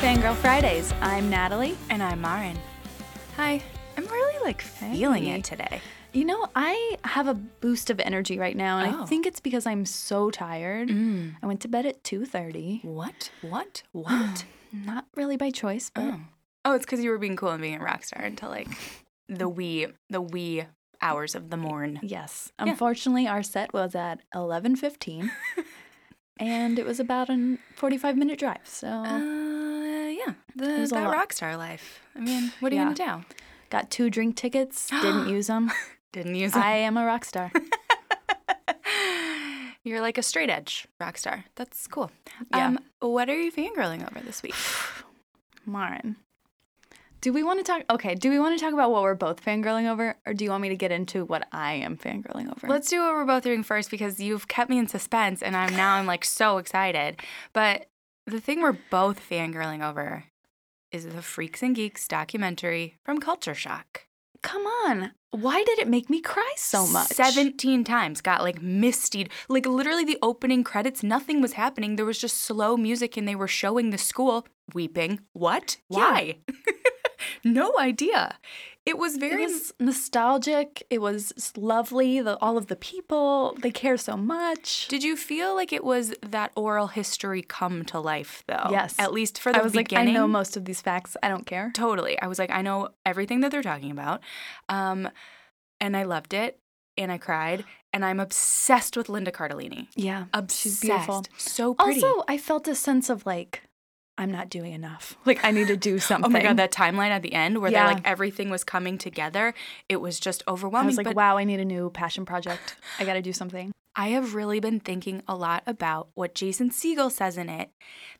Fangirl Fridays. I'm Natalie. And I'm Marin. Hi. I'm really like feeling Hey. it today. You know, I have a boost of energy right now, and Oh. Mm. I think it's because I'm so tired. I went to bed at 2:30. What? What? What? Not really by choice, but oh, it's because you were being cool and being a rock star until like the wee the wee hours of the morn. yes. Unfortunately, our set was at 11:15. and it was about a 45 minute drive. So, Uh, yeah, the was a that lot. rock star life. I mean, what are you gonna do? got two drink tickets, didn't use them. Didn't use I am a rock star. You're like a straight edge rock star. That's cool. Yeah. Um, what are you fangirling over this week? Marin. Do we want to talk? Okay, do we want to talk about what we're both fangirling over, or do you want me to get into what I am fangirling over? Let's do what we're both doing first because you've kept me in suspense, and I'm now I'm like so excited. But the thing we're both fangirling over is the Freaks and Geeks documentary from Culture Shock. Come on. Why did it make me cry so much? Seventeen times got like mistied. Like literally the opening credits, nothing was happening. There was just slow music, and they were showing the school weeping. What? Why? no idea. It was It very was nostalgic. It was s- lovely. The, all of the people, they care so much. Did you feel like it was that oral history come to life though? Yes. At least for the I was beginning. like, I know most of these facts. I don't care. totally. I was like, I know everything that they're talking about. Um, and I loved it and I cried. And I'm obsessed with Linda Cardellini. Yeah. Obsessed. She's beautiful. So pretty. Oh Also, I felt a sense of like, I'm not doing enough. Like, I need to do something. Oh my god, that timeline at the end where they're Yeah. like everything was coming together, it was just I overwhelming. was like, but wow, I need a new passion project. I got to do something. I have really been thinking a lot about what Jason Siegel says in it,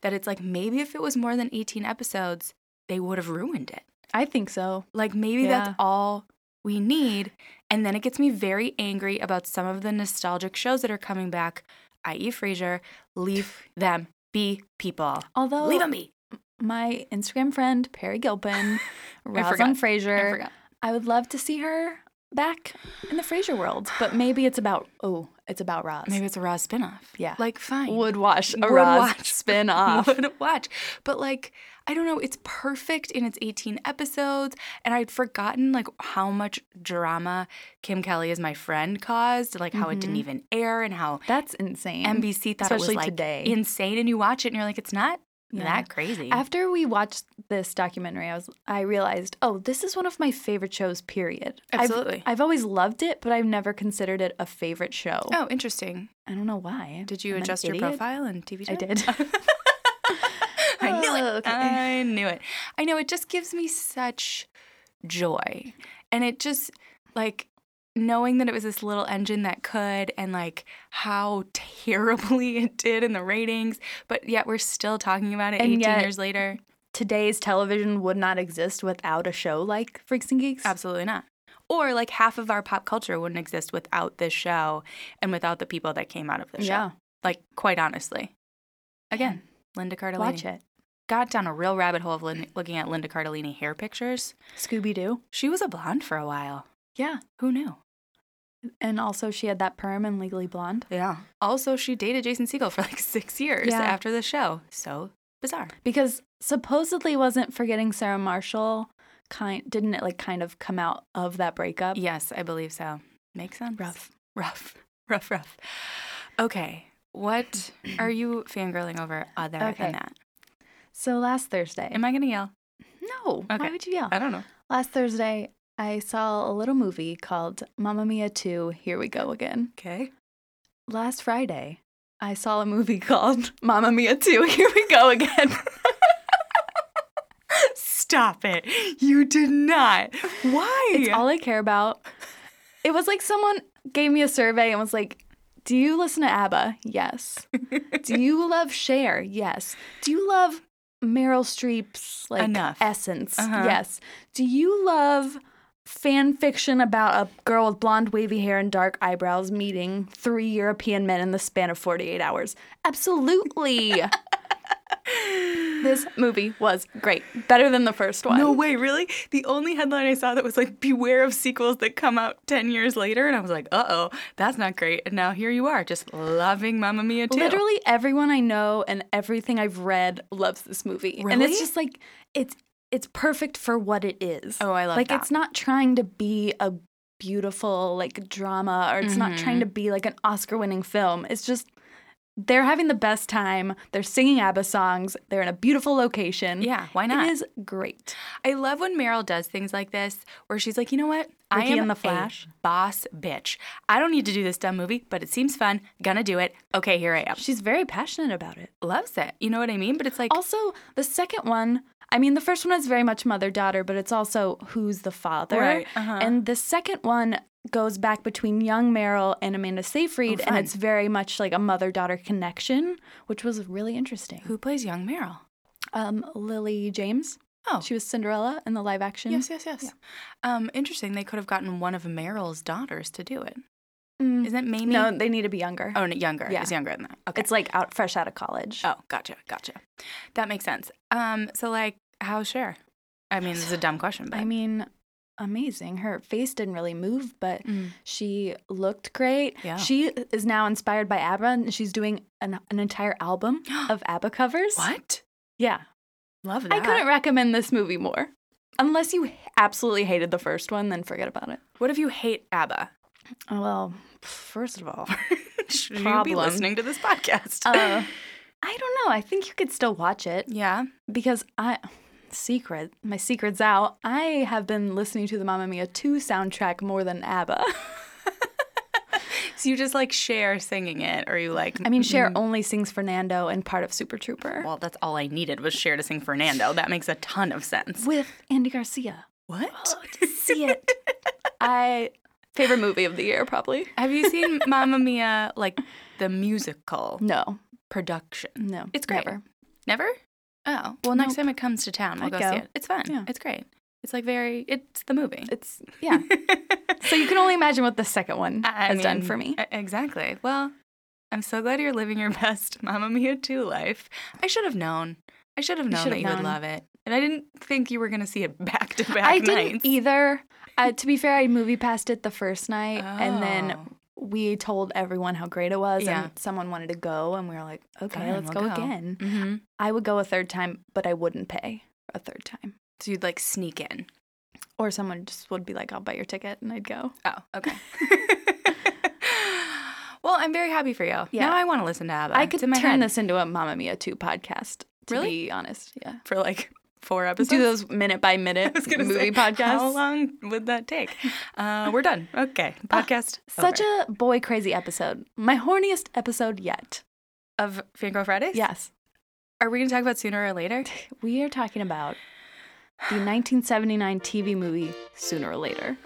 that it's like maybe if it was more than 18 episodes, they would have ruined it. I think so. Like maybe Yeah. that's all we need. And then it gets me very angry about some of the nostalgic shows that are coming back, i.e., Frasier. Leave them be, people. Although, Leave them be. my Instagram friend, Perry Gilpin, Rosalind forgot. I Fraser, forgot. I would love to see her back in the Frasier world, but maybe it's about oh, it's about Roz. Maybe it's a Roz spinoff. Yeah. Like, fine. would watch a Would Roz watch. spin I off. would watch. But like, I don't know, it's perfect in its 18 episodes. And I'd forgotten like how much drama Kim Kelly is my friend caused, like how it Mm-hmm. didn't even air and how That's insane. NBC thought Mm-hmm. Especially it was like today. insane. And you watch it and you're like, it's not Yeah. that crazy. After we watched this documentary, I was I realized, oh, this is one of my favorite shows, period. I've- Absolutely. I've, always loved it, but I've never considered it a favorite show. oh, interesting. I don't know why. Did you I'm an adjust your idiot. profile in TV? I Time? did. I knew it. Uh, Oh, okay. I knew it. I know it just gives me such joy. And it just like knowing that it was this little engine that could and like how terribly it did in the ratings, but yet we're still talking about it And 18 yet- years later. Today's television would not exist without a show like Freaks and Geeks. Absolutely not. Or like half of our pop culture wouldn't exist without this show and without the people that came out of the show. Yeah. Like quite honestly. Again, Linda Cardellini. Watch it. got down a real rabbit hole of Lin- looking at Linda Cardellini hair pictures. Scooby Doo. She was a blonde for a while. Yeah. Who knew? And also, she had that perm in Legally Blonde. Yeah. Also, she dated Jason Siegel for like six years Yeah. after the show. So bizarre. Because supposedly, wasn't forgetting Sarah Marshall kind? Didn't it like kind of come out of that breakup? Yes, I believe so. Makes sense. Rough. Rough. Rough, rough. Okay. What are you fangirling over other Okay. than that? So last Thursday, Am I going to yell? no, Okay. Uh, why would you yell? I don't know. Last Thursday, I saw a little movie called Mamma Mia Two. Here we go again. Okay. Last Friday, I saw a movie called Mamma Mia Two. Here we go again. Stop it. You did not. Why? It's all I care about. It was like someone gave me a survey and was like, Do you listen to ABBA? Yes. Do you love Cher? Yes. Do you love Meryl Streep's like Enough. essence? Uh-huh. Yes. Do you love fan fiction about a girl with blonde wavy hair and dark eyebrows meeting three European men in the span of 48 hours? Absolutely. This movie was great. Better than the first one. No way, really? The only headline I saw that was like, beware of sequels that come out 10 years later. And I was like, uh oh, that's not great. And now here you are, just loving Mamma Mia too. Literally everyone I know and everything I've read loves this movie. And Really? it's just like it's it's perfect for what it is. Oh, I love like that. it's not trying to be a beautiful like drama or it's not trying to Mm-hmm. be like an Oscar winning film. It's just they're having the best time. They're singing ABBA songs. They're in a beautiful location. Yeah, why It not? is great. I love when Meryl does things like this, where she's like, you know what? I Ricky am and the a Flash. boss bitch. I don't need to do this dumb movie, but it seems fun. Gonna do it. Okay, here I am. She's very passionate about it. Loves it. You know what I mean? But it's like, Also, the second one, I mean, the first one is very much mother daughter, but it's also who's the father. Right, uh-huh. And the second one goes back between young Meryl and Amanda Seyfried, Oh, and fun. it's very much like a mother daughter connection, which was really interesting. who plays young Meryl? Um, Lily James. Oh. She was Cinderella in the live action. Yes, yes, yes. Um, interesting. They could have gotten one of Meryl's daughters to do it. Mm. Isn't it Mamie? No, they need to be younger. Oh, no, younger. Yeah. It's younger than that. Okay. It's like out fresh out of college. oh, gotcha, gotcha. That makes sense. Um, so like, how Cher? I mean, this is a dumb question, but I mean, amazing. Her face didn't really move, but she looked great. Yeah. She is now inspired by ABBA and she's doing an, an entire album of ABBA covers. what? Yeah. Love that. I couldn't recommend this movie more. Unless you absolutely hated the first one, then forget about it. What if you hate ABBA? Oh, well, first of all, Should you Problem. be listening to this podcast? uh, I don't know. I think you could still watch it yeah. because I. Secret, my secret's out. I have been listening to the Mamma Mia 2 soundtrack more than ABBA. So you just like Cher singing it, or you like? I mean, Cher only sings Fernando and part of Super Trooper well, that's all I needed was Cher to sing Fernando. That makes a ton of sense. with Andy Garcia. What? See it. I favorite movie of the year probably. Have you seen Mamma Mia like the musical No, production? no, It's great. Never. Never? Oh, well, next time it comes to town, I'll I'd go, go. see it. It's fun. Yeah. It's great. It's like very, it's the movie. It's yeah. so you can only imagine what the second one I- I has done mean, for me. e- Exactly. Well, I'm so glad you're living your best Mamma Mia 2 life. I should have known. I should have known should that have you would known. love it. And I didn't think you were going to see it back to back I nights. didn't e, either. Uh, to be fair, I movie passed it the first night, and then Oh. we told everyone how great it was, Yeah. and someone wanted to go, and we were like, okay, Fine, let's we'll go, go. again. Mhm. I would go a third time, but I wouldn't pay a third time. So you'd like sneak in. Or someone just would be like, I'll buy your ticket, and I'd go. Oh, okay. well, I'm very happy for you. Yeah. Now I want to listen to ABBA. I It's could in turn my head this into a Mamma Mia 2 podcast, to Really? be honest. Yeah. for like four Let's episodes. do those minute by minute I was gonna movie say, podcasts. How long would that take? Uh, we're done. Okay, podcast. Such a boy crazy episode. My horniest episode yet. a of Fangirl Fridays. Yes. Are we gonna talk about sooner or later? We are talking about the 1979 TV movie Sooner or Later.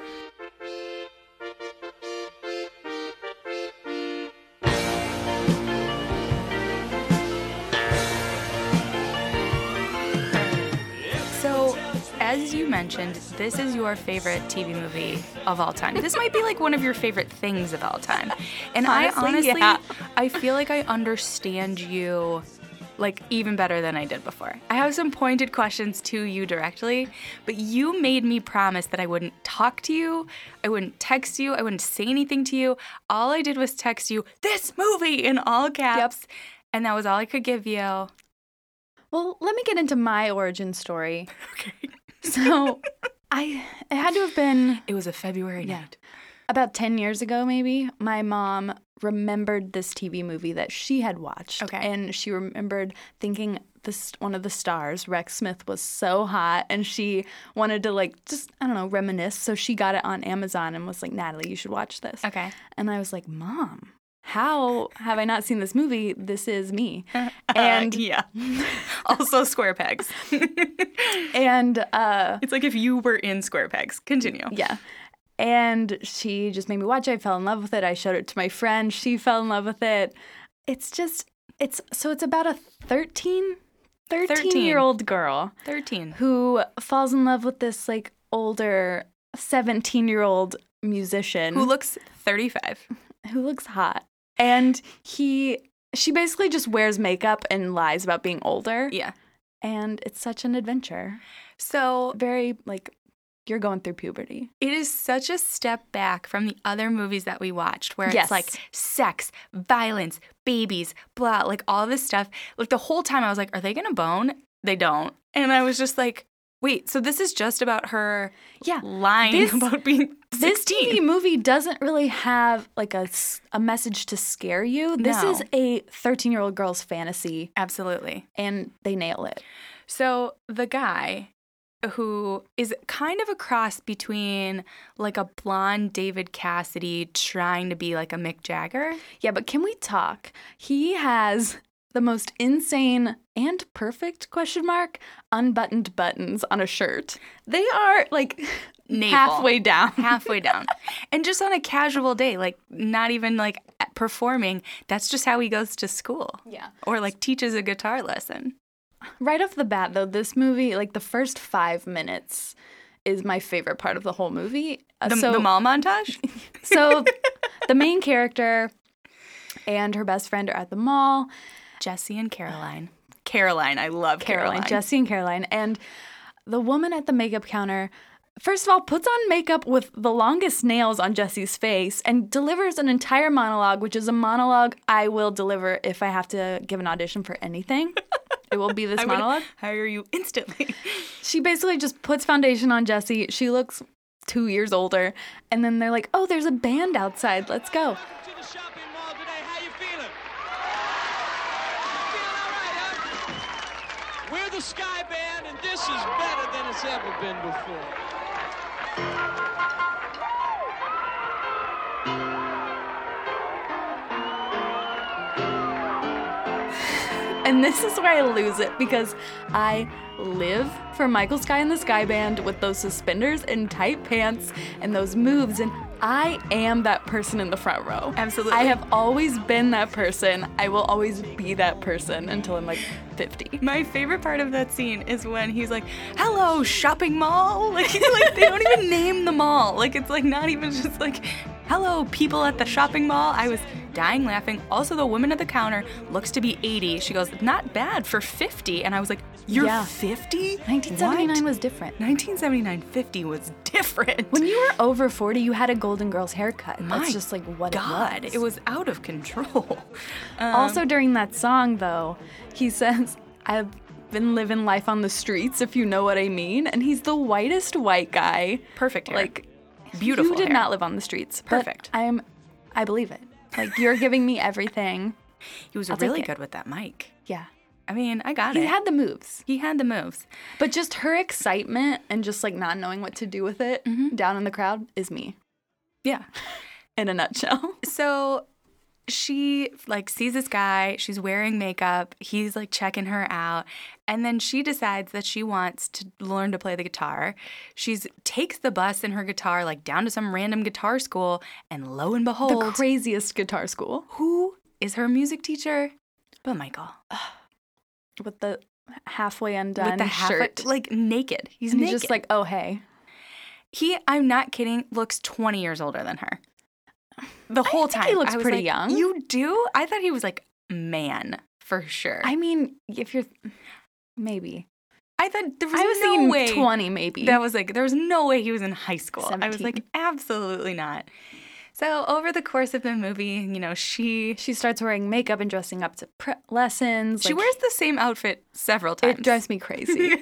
So, as you mentioned, this is your favorite TV movie of all time. This might be like one of your favorite things of all time. And I Honestly, honestly, yeah. I feel like I understand you like even better than I did before. I have some pointed questions to you directly, but you made me promise that I wouldn't talk to you, I wouldn't text you, I wouldn't say anything to you. All I did was text you this movie in all caps. And that was all I could give you. Well, let me get into my origin story. Okay. So, I it had to have been It was a February Yeah. night. about 10 years ago maybe. My mom remembered this TV movie that she had watched Okay. and she remembered thinking this one of the stars Rex Smith was so hot and she wanted to like just I don't know reminisce so she got it on Amazon and was like Natalie you should watch this. Okay. And I was like, Mom, how have I not seen this movie? This is me. And Uh, yeah. also square pegs. and uh it's like if you were in square pegs. Continue. yeah. And she just made me watch it. I fell in love with it. I showed it to my friend. She fell in love with it. It's just it's so it's about a 13 13 year old girl 13. who falls in love with this like older 17 year old musician Who looks 35. who looks hot. And he she basically just wears makeup and lies about being older. Yeah. and it's such an adventure. So Very like you're going through puberty. it is such a step back from the other movies that we watched where Yes. it's like sex, violence, babies, blah, like all this stuff. Like the whole time I was like, are they going to bone? They don't. And I was just like, wait, so this is just about her Yeah. lying This- about being 16. This TV movie doesn't really have like a, s- a message to scare you. This No. is a 13 year old girl's fantasy, Absolutely. and they nail it. So the guy who is kind of a cross between like a blonde David Cassidy trying to be like a Mick Jagger. Yeah, but can we talk? He has the most insane and perfect question mark unbuttoned buttons on a shirt. They are like Navel. halfway down. halfway down. and just on a casual day, like not even like performing, that's just how he goes to school Yeah. or like teaches a guitar lesson. Right off the bat, though, this movie, like the first five minutes, is my favorite part of the whole movie. Uh, The, the mall montage? so the main character and her best friend are at the mall. Jesse and Caroline. Caroline, I love Caroline. Caroline, Jesse, and Caroline, and the woman at the makeup counter. First of all, puts on makeup with the longest nails on Jesse's face and delivers an entire monologue, which is a monologue I will deliver if I have to give an audition for anything. It will be this I would monologue. hire you instantly. She basically just puts foundation on Jesse. She looks two years older. And then they're like, oh, there's a band outside. Let's go. To the shopping mall today. How you feeling? Feeling all right, huh? We're the Sky Band, and this is better than it's ever been before. And this is where I lose it because I live for Michael Sky and the Sky Band with those suspenders and tight pants and those moves. And I am that person in the front row. Absolutely. I have always been that person. I will always be that person until I'm like 50. My favorite part of that scene is when he's like, "Hello, shopping mall." Like, he's like they don't even name the mall. Like it's like not even just like, "Hello, people at the shopping mall." I was dying laughing. Also, the woman at the counter looks to be 80. She goes, "Not bad for 50." And I was like, "You're Yeah. 50?" 1979 What? was different. 1979 50 was different. When you were over 40, you had a Golden Girls haircut. My That's just like what God, it was. it was out of control. Um, also during that song though, he says, "I've been living life on the streets if you know what I mean." And he's the whitest white guy. perfect hair. Like beautiful. You did hair. not live on the streets. but Perfect. I'm I believe it. Like you're giving me everything. He was I'll take really it. good with that mic. Yeah. I mean, I got He it. had the moves. he had the moves. But just her excitement and just like not knowing what to do with it Mm-hmm. down in the crowd is me Yeah. in a nutshell. So she like sees this guy, she's wearing makeup, he's like checking her out, and then she decides that she wants to learn to play the guitar. She's takes the bus and her guitar like down to some random guitar school and lo and behold, The craziest guitar school who is her music teacher? But Michael. with the halfway undone with the half shirt. like naked. He's and naked. he's just like, "Oh, hey." He, I'm not kidding, looks 20 years older than her. The whole think time. he looks I was pretty like, young. You do? I thought he was like man for sure. I mean, if you're maybe I thought there was, I was no thinking way. twenty, maybe. That was like there was no way he was in high school. I was 17. like absolutely not. So over the course of the movie, you know, she she starts wearing makeup and dressing up to pre- lessons. she like, wears the same outfit several times. it drives me crazy.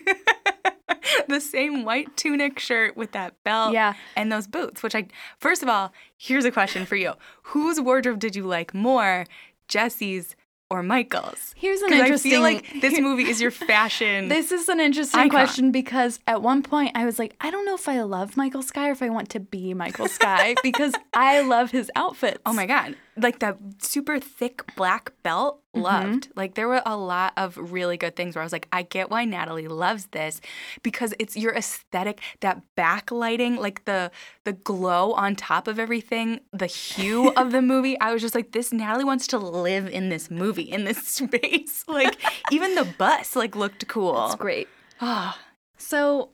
the same white tunic shirt with that belt Yeah. and those boots, which I first of all, here's a question for you. Whose wardrobe did you like more? Jesse's or Michael's? Here's an 'Cause interesting. I feel like this movie is your fashion. This is an interesting Icon. question because at one point I was like, I don't know if I love Michael Sky or if I want to be Michael Sky because I love his outfits. Oh my god. Like that super thick black belt loved. Like there were a lot of really good things where I was like I get why Natalie loves this because it's your aesthetic, that backlighting, like the the glow on top of everything, the hue of the movie. I was just like this Natalie wants to live in this movie, in this space. Like even the bus like looked cool. It's great. Ah, So,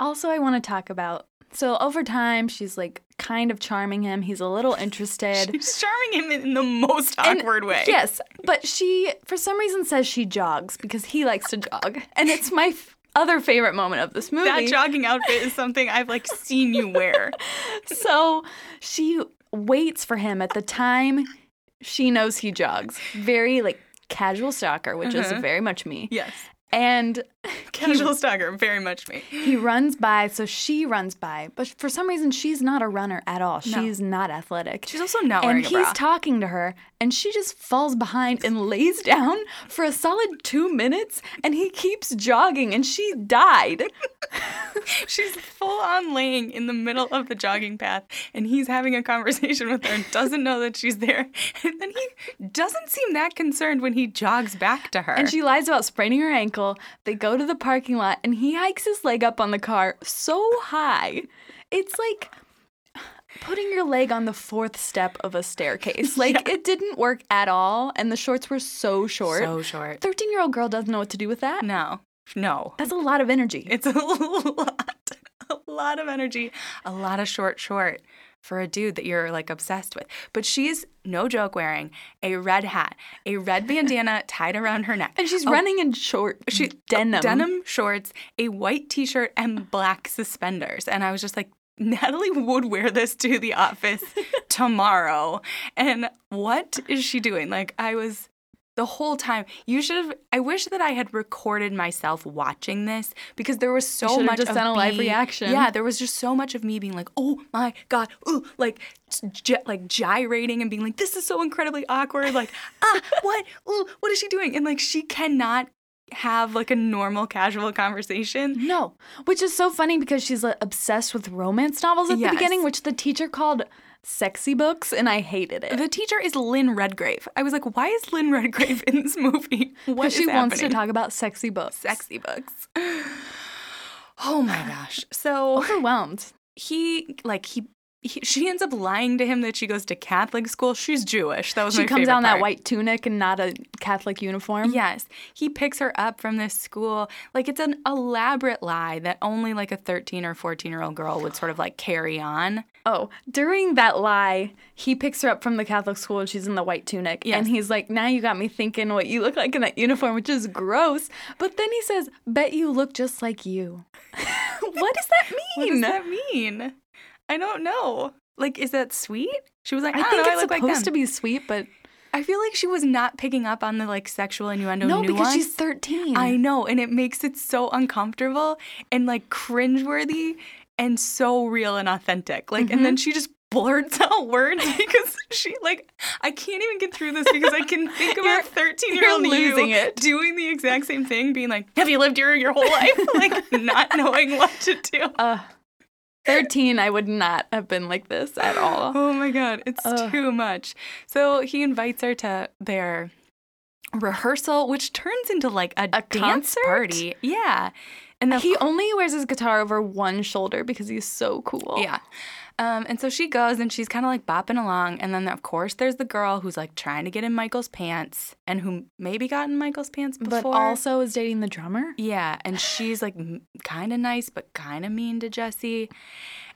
also, I want to talk about So over time, she's like kind of charming him. He's a little interested. She's charming him in the most And- awkward way. Yes, but she, for some reason, says she jogs because he likes to jog, and it's my f- other favorite moment of this movie. That jogging outfit is something I've like seen you wear. so she waits for him at the time she knows he jogs. Very like casual stalker, which Uh-huh. is very much me. Yes. And Casual stalker, very much me. he runs by, so she runs by, but for some reason she's not a runner at all. No. She's not athletic. She's also not wearing and a he's bra. talking to her and she just falls behind and lays down for a solid two minutes and he keeps jogging and she died She's full on laying in the middle of the jogging path, and he's having a conversation with her and doesn't know that she's there. And then he doesn't seem that concerned when he jogs back to her. and she lies about spraining her ankle they go to the parking lot and he hikes his leg up on the car so high it's like putting your leg on the fourth step of a staircase like it didn't work at all and the shorts were so short so short. 13 year old girl doesn't know what to do with that No, no. that's a lot of energy It's a lot, a lot of energy, a lot of short, short for a dude that you're like obsessed with. But she's no joke wearing a red hat, a red bandana tied around her neck. and she's a running in short she, denim Oh. uh, denim shorts, a white t-shirt, and black suspenders. And I was just like, Natalie would wear this to the office tomorrow. And what is she doing? Like I was the whole time. You should have I wish that I had recorded myself watching this because there was so should have much just of done a live me- reaction. Yeah, there was just so much of me being like, "Oh my god." Ooh, like gi- like gyrating and being like, "This is so incredibly awkward." Like, "Ah, what? Ooh, what is she doing?" And like she cannot have like a normal casual conversation. No, which is so funny because she's like, obsessed with romance novels at Yes. the beginning, which the teacher called sexy books, and I hated it. The teacher is Lynn Redgrave. I was like, why is Lynn Redgrave in this movie? What Because is she wants to happening? talk about sexy books. sexy books. Oh my gosh. So Overwhelmed. he like he, he she ends up lying to him that she goes to Catholic school. She's Jewish. That was She my comes favorite out in that part. white tunic and not a Catholic uniform. Yes, he picks her up from this school. Like it's an elaborate lie that only like a 13 or 14 year old girl would sort of like carry on. Oh, during that lie, he picks her up from the Catholic school and she's in the white tunic. Yes. And he's like, Now you got me thinking what you look like in that uniform, which is gross. But then he says, Bet you look just like you. what does that What mean? does that mean? I don't know. Like, is that sweet? She was like, I, I don't think know, it's I look supposed like them. to be sweet, but I feel like she was not picking up on the like sexual innuendo. No, because she's nuance. 13. I know, and it makes it so uncomfortable and like cringeworthy and so real and authentic. Like, Mm-hmm. and then she just blurts out words because she like I can't even get through this because I can think about thirteen year old you're losing you it. doing the exact same thing, being like, "Have you lived here your whole life?" Like, not knowing what to do. 13, uh, I would not have been like this at all. Oh my god, it's Ugh. too much. So he invites her to their rehearsal, which turns into like a, dance concert? party. Yeah, and the He only wears his guitar over one shoulder because he's so cool. Yeah. Um, and so she goes and she's kind of like bopping along. And then, of course, there's the girl who's like trying to get in Michael's pants and who maybe got in Michael's pants But before. also is dating the drummer. yeah. And she's like kind of nice, but kind of mean to Jesse.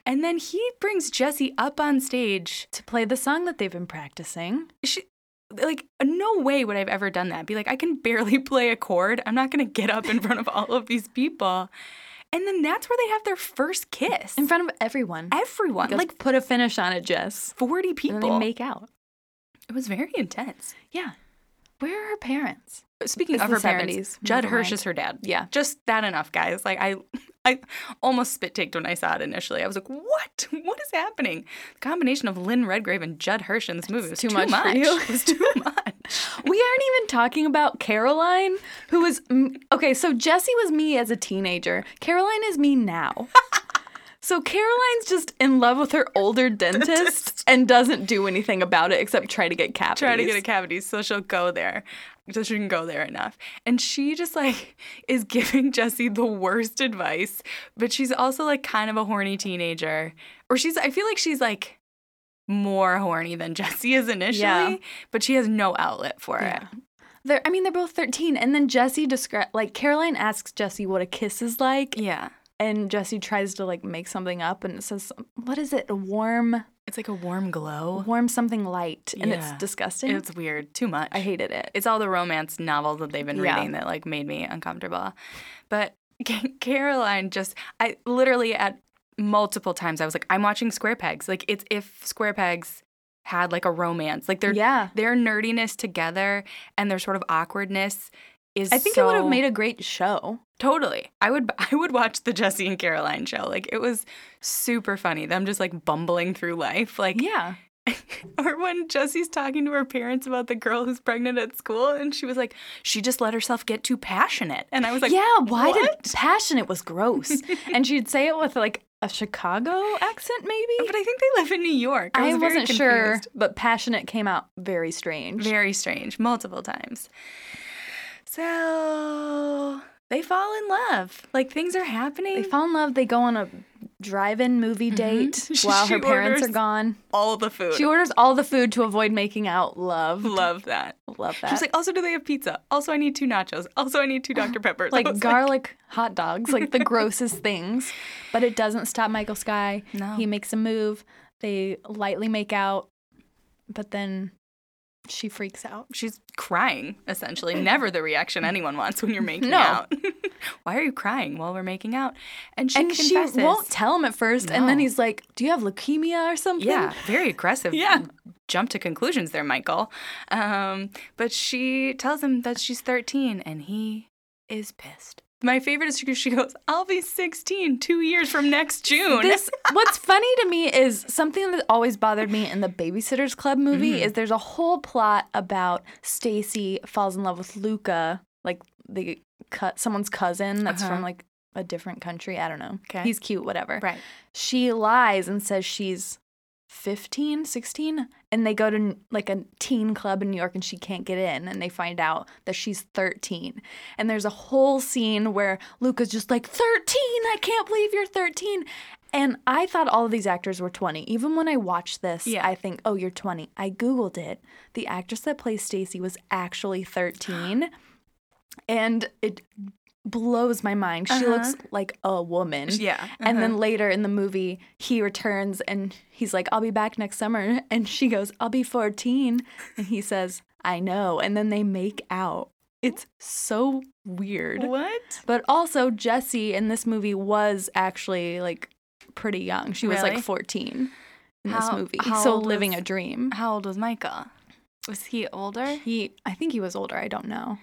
And then he brings Jesse up on stage. To play the song that they've been practicing. She, like, no way would I've ever done that. Be like, I can barely play a chord. I'm not going to get up in front of all of these people. And then that's where they have their first kiss. In front of everyone. everyone, Goes, like put a finish on it, Jess. 40 people. And then they make out. It was very intense. Yeah. Where are her parents? Speaking It's of the her parents, 70s, Judd never Hirsch mind. is her dad. Yeah. just that enough, guys. Like I, I almost spit taked when I saw it initially. I was like, "What? What is happening?" The combination of Lynn Redgrave and Judd Hirsch in this movie was too much for you. It was too much. We aren't even talking about Caroline, who was. mm, Okay, so Jesse was me as a teenager. Caroline is me now. So Caroline's just in love with her older dentist and doesn't do anything about it except try to get cavities. Trying to get a cavity, so she'll go there. So she can go there enough. And she just like is giving Jesse the worst advice, but she's also like kind of a horny teenager. Or she's I feel like she's like more horny than Jesse is initially, Yeah. but she has no outlet for it. Yeah. They're, I mean, they're both 13. And then Jesse describes, like, Caroline asks Jesse what a kiss is like. Yeah. and Jesse tries to like make something up and it says some- what is it? A warm It's like a warm glow. warm something light and it's Yeah. disgusting. It's weird. Too much. I hated it. It's all the romance novels that they've been Yeah. reading that like made me uncomfortable. But Caroline just I literally at multiple times I was like I'm watching Square Pegs. Like it's if Square Pegs had like a romance. Like their yeah. their nerdiness together and their sort of awkwardness is I think it would have so- made a great show. Totally. I would I would watch the Jesse and Caroline show. Like it was super funny. Them just like bumbling through life. Like Yeah. or when Jesse's talking to her parents about the girl who's pregnant at school and she was like, she just let herself get too passionate. And I was like, yeah, why did passionate was gross. and she'd say it with like a Chicago accent maybe? But I think they live in New York. I, was very wasn't sure, confused. but passionate came out very strange. Very strange, multiple times. So they fall in love. Like things are happening. They fall in love. They go on a drive-in movie date while Mm-hmm. She her parents orders- are gone. all the food. She orders all the food to avoid making out. Love, love that. love that. She was like, also, do they have pizza? Also, I need two nachos. Also, I need two Dr. Peppers. I like was garlic hot dogs, like the grossest things. But it doesn't stop Michael Sky. No. He makes a move. They lightly make out, but then she freaks out. she's crying essentially never the reaction anyone wants when you're making No. out why are you crying while we're making out and she and she confesses won't tell him at first. And then No. he's like, "Do you have leukemia or something?" yeah very aggressive Yeah. jump to conclusions there michael um, but she tells him that she's 13 and he is pissed my favorite is she goes i'll be 16 two years from next june This what's funny to me is something that always bothered me in the Babysitters Club movie Mm-hmm. is there's a whole plot about Stacy falls in love with Luca, like the cut someone's cousin that's Uh-huh. from like a different country. I don't know. 'Kay. He's cute, whatever. right She lies and says she's 15, 16, and they go to like a teen club in New York and she can't get in and they find out that she's 13. And there's a whole scene where Luca's just like, 13, I can't believe you're 13. And I thought all of these actors were 20. Even when I watched this, Yeah. I think, oh, you're 20. I Googled it. The actress that plays Stacy was actually 13. And it blows my mind. She looks like a woman. Uh-huh. yeah uh-huh. And then later in the movie, he returns and he's like, I'll be back next summer. And she goes, I'll be 14. And he says, I know. And then they make out. It's so weird. what But also, Jessie in this movie was actually like pretty young. She was Really? like 14 in this How- movie. how so old living was- a dream. how old was michael was he older He, I think he was older. I don't know.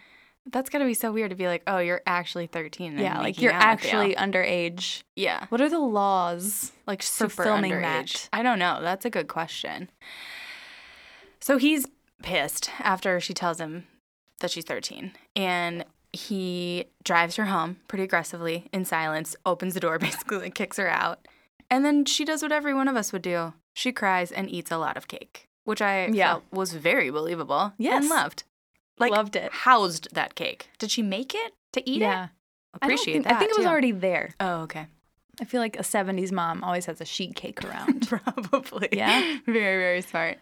That's gotta be so weird to be like, oh, you're actually 13. And yeah, like making you're out with you." actually underage. yeah, What are the laws? like super filming underage. that. I don't know. That's a good question. So he's pissed after she tells him that she's 13, and he drives her home pretty aggressively in silence, opens the door, basically like, kicks her out, and then she does what every one of us would do: she cries and eats a lot of cake, which I Yeah. felt was very believable Yes. and loved. Like, Loved it. Housed that cake. Did she make it to eat it? yeah. I don't appreciate think- that. I think it was too. already there. Oh, okay. I feel like a 70s mom always has a sheet cake around. Probably. Yeah. Very, very smart.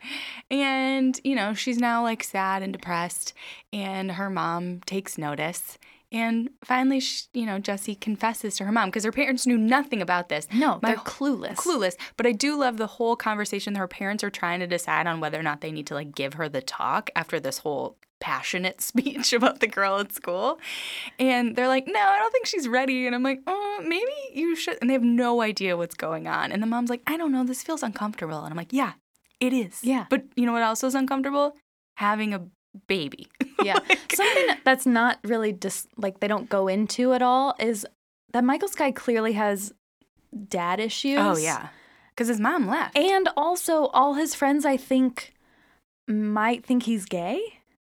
And, you know, she's now like sad and depressed, and her mom takes notice. And finally, she, you know, Jessie confesses to her mom because her parents knew nothing about this. no, My they're wh- clueless. Clueless. But I do love the whole conversation. Her parents are trying to decide on whether or not they need to like give her the talk after this whole passionate speech about the girl at school. And they're like, no, I don't think she's ready. And I'm like, oh, maybe you should. And they have no idea what's going on. And the mom's like, I don't know. This feels uncomfortable. And I'm like, yeah, it is. Yeah. But you know what else is uncomfortable? Having a baby. Yeah. Something that's not really just like they don't go into at all is that Michael Sky clearly has dad issues. oh, yeah. Because his mom left. And also all his friends I think might think he's gay?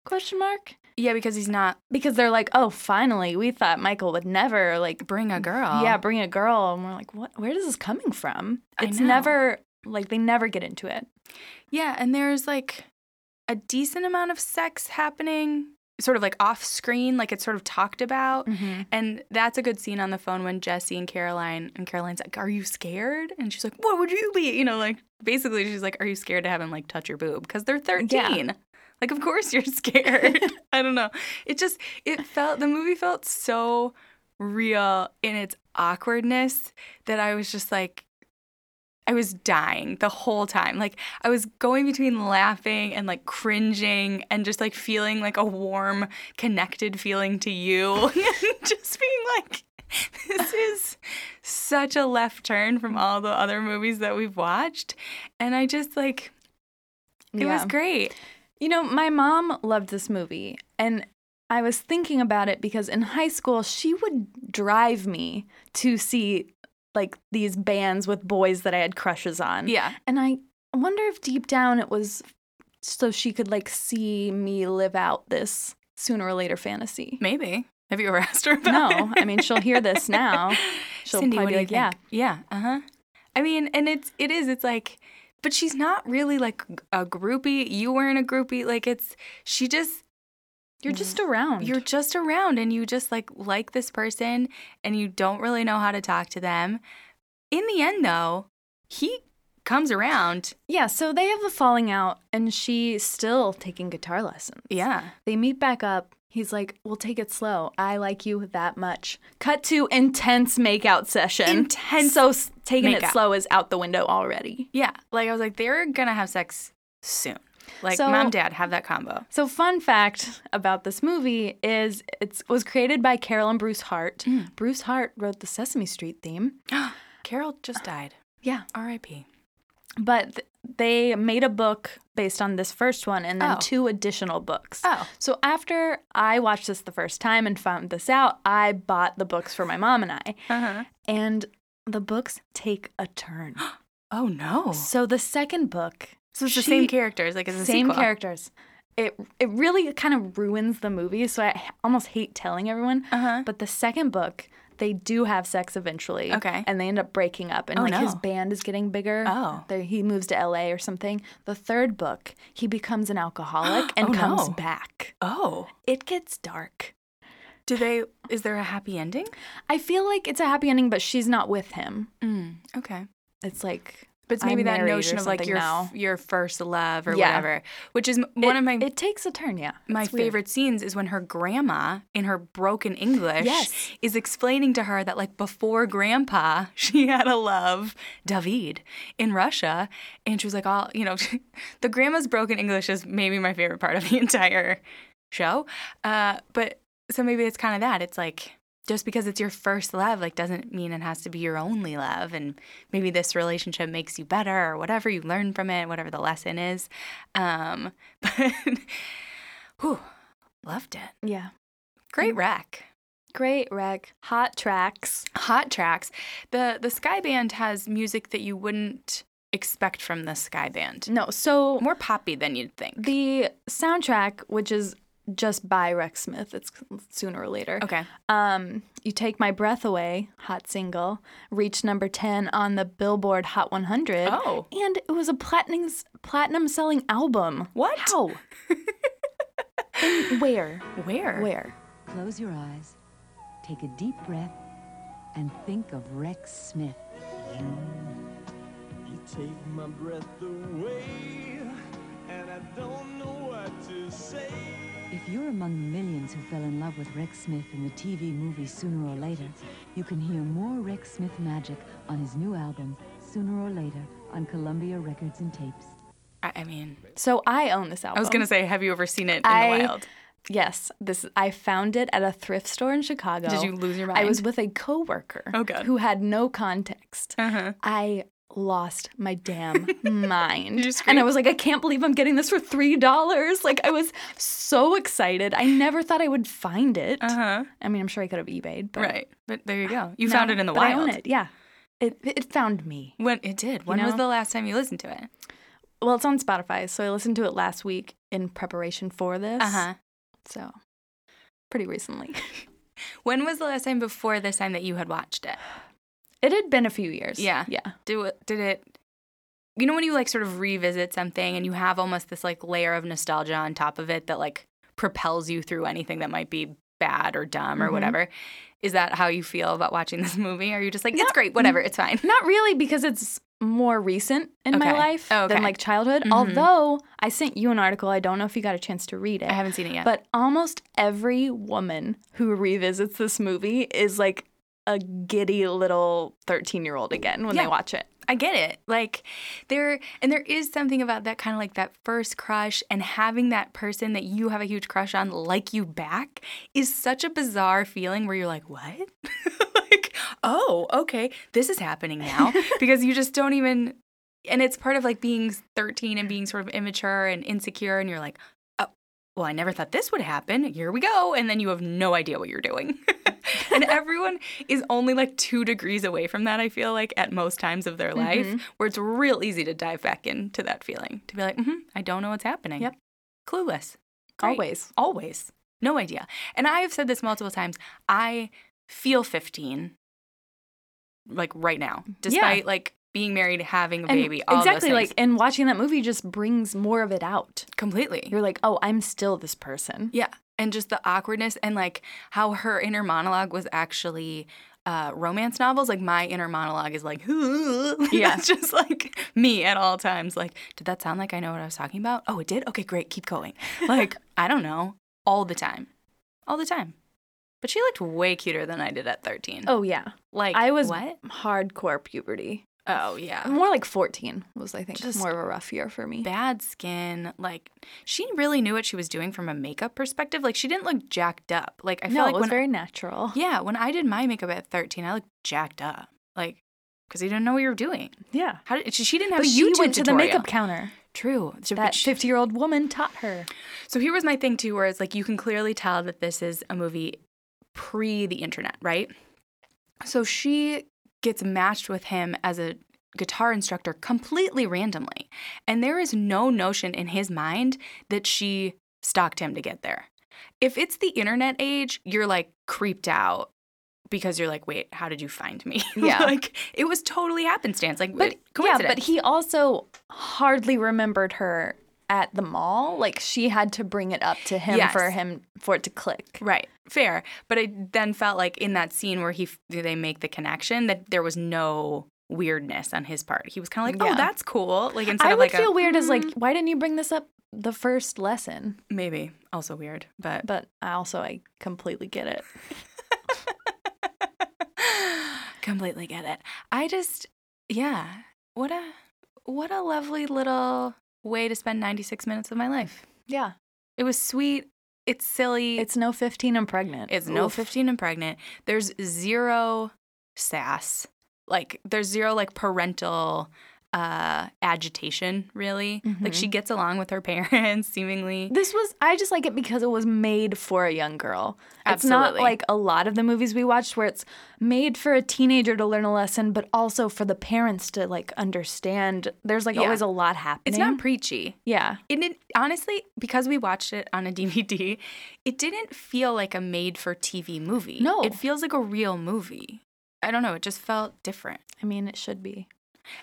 Question mark? yeah, because he's not Because they're like, "Oh, finally, we thought Michael would never like bring a girl. yeah, bring a girl." And we're like, "What? Where is this coming from?" Uh-huh. I It's know. never like they never get into it. Yeah, and there's like a decent amount of sex happening, sort of like off screen, like it's sort of talked about. Mm-hmm. And that's a good scene on the phone when Jesse and Caroline and Caroline's like, "Are you scared?" And she's like, "What would you be?" You know, like basically she's like, "Are you scared to have him like touch your boob?" Because they're thirteen. Like, of course you're scared. I don't know. It just it felt the movie felt so real in its awkwardness that I was just like, I was dying the whole time. Like, I was going between laughing and like cringing and just like feeling like a warm, connected feeling to you. and just being like, this is such a left turn from all the other movies that we've watched. And I just like, it was Yeah. great. You know, my mom loved this movie, and I was thinking about it because in high school, she would drive me to see like these bands with boys that I had crushes on. Yeah. And I wonder if deep down it was so she could like see me live out this sooner or later fantasy. Maybe. Have you ever asked her about it? No, I mean, she'll hear this now. She'll Cindy, probably what be do you like, think? yeah, yeah, uh huh. I mean, and it's it is. It's like, but she's not really like a groupie. You weren't a groupie. Like it's she just You're just around. Mm-hmm. you're just around and you just like like this person and you don't really know how to talk to them. In the end, though, he comes around. yeah, so they have the falling out, and she's still taking guitar lessons. Yeah, They meet back up. He's like, "We'll take it slow. I like you that much." Cut to intense makeout session. Intense So s- taking it makeout. slow is out the window already. yeah. Like I was like, they're gonna have sex soon. Like So- mom, dad, have that combo. So, fun fact about this movie is it was created by Carol and Bruce Hart. Mm. Bruce Hart wrote the Sesame Street theme. Carol just died. Yeah, R.I.P. but th- they made a book based on this first one and then Oh. two additional books. Oh. So after I watched this the first time and found this out, I bought the books for my mom and I. Uh-huh. And the books take a turn. Oh no. so the second book, So it's the she- same characters, like it's a same sequel. characters. It it really kind of ruins the movie, so I h- almost hate telling everyone. Uh-huh. But the second book, they do have sex eventually. Okay. And they end up breaking up. And Oh, like his no. band is getting bigger. Oh. They- he moves to LA or something. The third book, he becomes an alcoholic and Oh, comes no. back. Oh, It gets dark. do they? Is there a happy ending? I feel like it's a happy ending, but she's not with him. Mm, okay, It's like but it's I'm maybe that married or notion of like something your now. your first love or Yeah. whatever, which is m- one it- of my It takes a turn, yeah. my It's weird. favorite scenes is when her grandma in her broken English Yes. is explaining to her that like before grandpa she had a love David in Russia and she was like all you know the grandma's broken English is maybe my favorite part of the entire show uh, but so maybe it's kind of that it's like just because it's your first love like doesn't mean it has to be your only love and maybe this relationship makes you better or whatever you learn from it whatever the lesson is um, but whew, loved it Yeah. great wreck Great wreck. Hot tracks. hot tracks the the sky band has music that you wouldn't expect from the sky band No, so more poppy than you'd think Mm. the soundtrack, which is just by Rex Smith, it's sooner or later. okay Um, you take my breath away, hot single, reached number ten on the Billboard Hot 100. Oh. and it was a platinum platinum selling album. What? How? In- where? where Where? Close your eyes, take a deep breath, and think of Rex Smith. You take my breath away, and I don't know what to say. If you're among the millions who fell in love with Rex Smith in the TV movie Sooner or Later, you can hear more Rex Smith magic on his new album, Sooner or Later, on Columbia Records and Tapes. I, I mean So I own this album. i was gonna say have you ever seen it in Um, I- the wild Yes, this I found it at a thrift store in Chicago. Did you lose your I was mind? with a coworker Oh, God. Oh, who had no context. Uh-huh. I lost my damn mind. and you I scream? was like, I can't believe I'm getting this for three dollars. Like I was so excited. I never thought I would find it. uh-huh I mean, I'm sure I could have eBayed, but right but there you go you found No, it in the but wild I own it. Yeah, it it found me. when it did when was know? the last time you listened to it Well, it's on Spotify, so I listened to it last week in preparation for this. uh-huh So pretty recently. when was the last time before this time that you had watched it It had been a few years. Yeah. Yeah. do it did it you know when you like sort of revisit something and you have almost this like layer of nostalgia on top of it that like propels you through anything that might be bad or dumb or Mhm. whatever is that how you feel about watching this movie are you just like it's Not- great whatever it's fine Not really, because it's more recent in my Okay. life Oh, than okay. like childhood. Mhm. Although I sent you an article, I don't know if you got a chance to read it. i haven't seen it yet But almost every woman who revisits this movie is like a giddy little 13 year old again when Yeah. they watch it. I get it. Like there and there is something about that kind of like that first crush and having that person that you have a huge crush on like you back is such a bizarre feeling where you're like, "What?" like, "Oh, okay. This is happening now." because you just don't even and it's part of like being 13 and being sort of immature and insecure and you're like, "Oh, well, I never thought this would happen. Here we go." And then you have no idea what you're doing. and everyone is only like two degrees away from that, I feel like, at most times of their life, Mm-hmm. where it's real easy to dive back into that feeling to be like, mm-hmm, I don't know what's happening. Yep. Clueless. Great. Always. Always. No idea. And I have said this multiple times. I feel 15, like right now, despite like being married, having a And baby, all exactly. those things. like, and watching that movie just brings more of it out. completely. You're like, oh, I'm still this person. Yeah. And just the awkwardness and like how her inner monologue was actually uh, romance novels. Like my inner monologue is like, Yeah. It's just like me at all times. Like, did that sound like I know what I was talking about? Oh, it did? Okay, great. Keep going. Like, I don't know. All the time. All the time. But she looked way cuter than I did at 13. Oh yeah. like, I was what? hardcore puberty. Oh, yeah. More like 14 was I think Just more of a rough year for me. Bad skin. Like, she really knew what she was doing from a makeup perspective. Like, she didn't look jacked up. Like, I feel no, like it was when very natural. Yeah, when I did my makeup at 13, I looked jacked up. Like, because you didn't know what you were doing. Yeah. How did, she, she didn't have But a you YouTube went to the tutorial. makeup counter. True. So, but That she- 50 year old woman taught her. so here was my thing, too, where it's like you can clearly tell that this is a movie pre the internet, right? So she gets matched with him as a guitar instructor completely randomly. And there is no notion in his mind that she stalked him to get there. If it's the internet age, you're like creeped out because you're like, wait, how did you find me? Yeah. like it was totally happenstance. Like, But yeah, coincidence. but he also hardly remembered her at the mall. Like she had to bring it up to him Yes. for him for it to click. Right, fair. But I then felt like in that scene where he f- they make the connection that there was no weirdness on his part. He was kind of like, "Oh, Yeah. that's cool." Like instead I of would like a, feel weird as like, "Mm, why didn't you bring this up the first lesson? "Mm-hmm." maybe also weird, but But I also I completely get it. completely get it. I just yeah, what a what a lovely little way to spend 96 minutes of my life. Yeah. It was sweet. It's silly. It's no 15 and pregnant. It's no Oof. 15 and pregnant. There's zero sass. Like there's zero like parental uh agitation really. Like Mhm. she gets along with her parents seemingly. This was I just like it because it was made for a young girl. It's Absolutely. not like a lot of the movies we watched where it's made for a teenager to learn a lesson, but also for the parents to like understand. There's like Yeah. always a lot happening. It's not preachy. yeah. And it honestly because we watched it on a DVD, it didn't feel like a made for TV movie. No. It feels like a real movie. I don't know, it just felt different. I mean, it should be.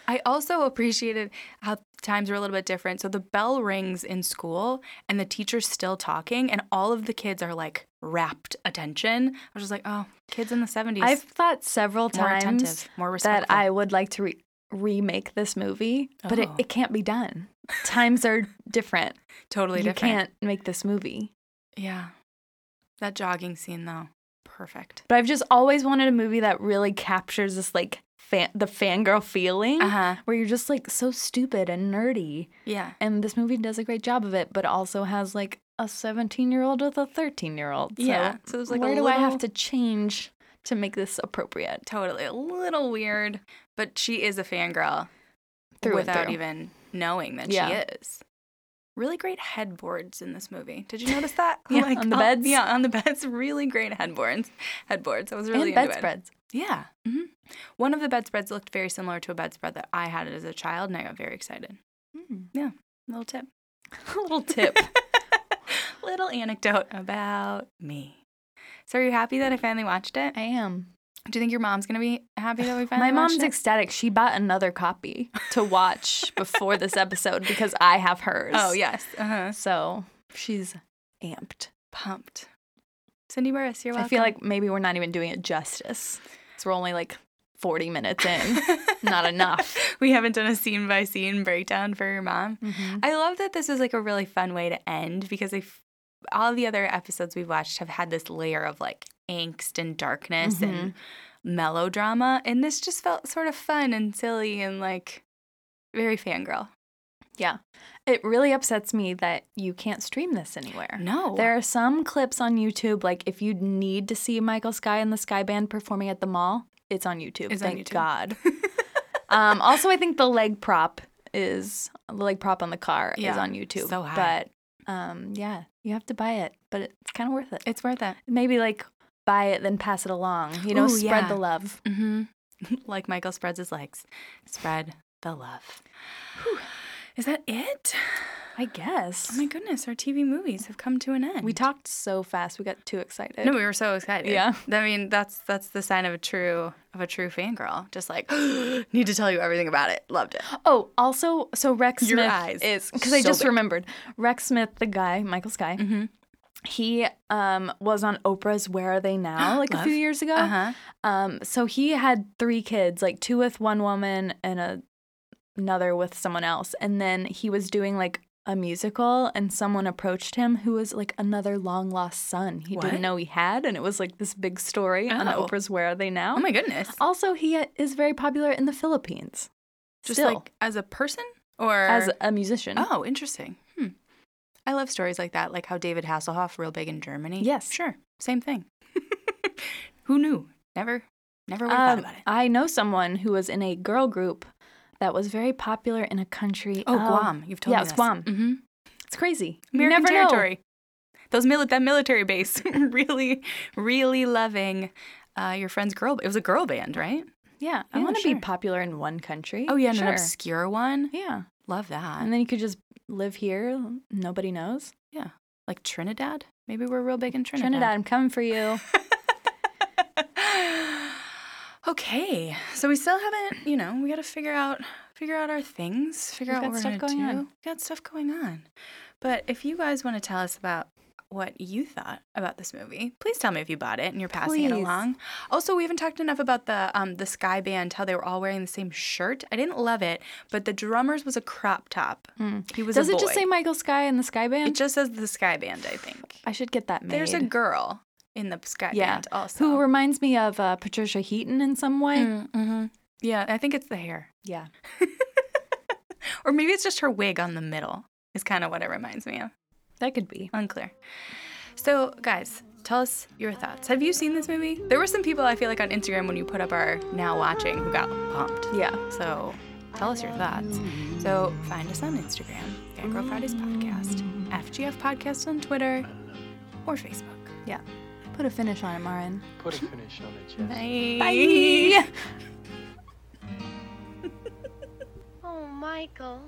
I also appreciated how times were a little bit different. So the bell rings in school and the teacher's still talking, and all of the kids are like rapt attention. I was just like, oh, kids in the 70s. I've thought several more times attentive, more that respectful. I would like to re- remake this movie, but it, Oh. it can't be done. Times are different. totally you different. can't make this movie. Yeah. That jogging scene, though, perfect. But I've just always wanted a movie that really captures this like fan the fangirl feeling. Uh huh. where you're just like so stupid and nerdy. Yeah. And this movie does a great job of it, but also has like a 17 year old with a 13 year old. So Yeah, so there's, like, a where do I have to little- change to make this appropriate? Totally. A little weird, but she is a fangirl Through and without through. even knowing that Yeah. she is. Really great headboards in this movie. Did you notice that? Yeah, on the oh, beds. Yeah, on the beds. Really great headboards. Headboards. I was really and into it. bedspreads. Yeah. hmm One of the bedspreads looked very similar to a bedspread that I had as a child, and I got very excited. Yeah. Little tip. Hmm. a little tip. Little anecdote about me. So, are you happy that I finally watched it? I am. Do you think your mom's gonna be happy that we finally? My watched mom's it? ecstatic. She bought another copy to watch before this episode because I have hers. oh yes. Uh huh. So she's amped. Pumped. Cindy Burris, you're welcome. I feel like maybe we're not even doing it justice. So we're only like 40 minutes in. not enough. we haven't done a scene by scene breakdown for your mom. I love that this is like a really fun way to end because I f- all the other episodes we've watched have had this layer of like angst and darkness and melodrama. And this just felt sort of fun and silly and like very fangirl. Yeah. It really upsets me that you can't stream this anywhere. No. There are some clips on YouTube, like if you need to see Michael Sky and the Sky Band performing at the mall, it's on YouTube. It's on thank YouTube. God. um, also, I think the leg prop is the leg prop on the car is Yeah. on YouTube. So high. But um, yeah, you have to buy it, but it's kind of worth it. It's worth it. Maybe like buy it, then pass it along. You know, Ooh, spread yeah. the love. Mm-hmm. like Michael spreads his legs. Spread the love. Is that it? I guess. Oh my goodness, our TV movies have come to an end. we talked so fast, we got too excited. No, we were so excited. Yeah. I mean, that's that's the sign of a true of a true fangirl. Just like need to tell you everything about it. Loved it. Oh, also, so Rex Your Smith eyes. is because I So just big. Mm-hmm. remembered Rex Smith, the guy, Michael Sky. He um, was on Oprah's "Where Are They Now" like a few Love. years ago. Uh-huh. Um, so he had three kids, like two with one woman and a, another with someone else. And then he was doing like a musical, and someone approached him who was like another long lost son he What? didn't know he had, and it was like this big story on Oh. Oprah's "Where Are They Now." Oh my goodness. Also, he uh, is very popular in the Philippines. Just still. like as a person or as a musician. Oh, interesting. Hmm. I love stories like that, like how David Hasselhoff, real big in Germany. Yes. Sure. Same thing. Who knew? Never never would have thought Um, about it. I know someone who was in a girl group that was very popular in a country. Oh, Guam. You've told um, yeah, me it's this. Guam. hmm It's crazy. You American never know. territory. Those mili- that military base really, really loving uh, your friend's girl. It was a girl band, right? Yeah, I Yeah, want to sure. be popular in one country. Oh yeah, and sure. an obscure one. Yeah, Love that. and then you could just live here. Nobody knows. yeah, like Trinidad. Maybe we're real big in Trinidad. Trinidad, I'm coming for you. Okay, so we still haven't. You know, we got to figure out figure out our things. Figure We've out got what we're stuff gonna going do. on. We got stuff going on. But if you guys want to tell us about what you thought about this movie, please tell me if you bought it and you're passing it Please. along. Also, we haven't talked enough about the um, the Sky Band. How they were all wearing the same shirt. I didn't love it, but the drummer's was a crop top. He was. Hmm. Does a it just boy. say Michael Sky and the Sky Band? It just says the Sky Band. I think I should get that made. there's a girl in the Sky yeah, Band also. who reminds me of uh, Patricia Heaton in some way. mm-hmm. Yeah, I think it's the hair. Yeah, Or maybe it's just her wig on the middle, is kind of what it reminds me of. that could be. Unclear. So, guys, tell us your thoughts. Have you seen this movie? There were some people I feel like on Instagram when you put up our now watching who got pumped. Yeah. So, tell us your thoughts. So, find us on Instagram, Fangirl Fridays Podcast, FGF Podcast on Twitter, or Facebook. Yeah. Put a finish on it, Marin. Put a finish on it, Jess. Bye. Oh, Michael.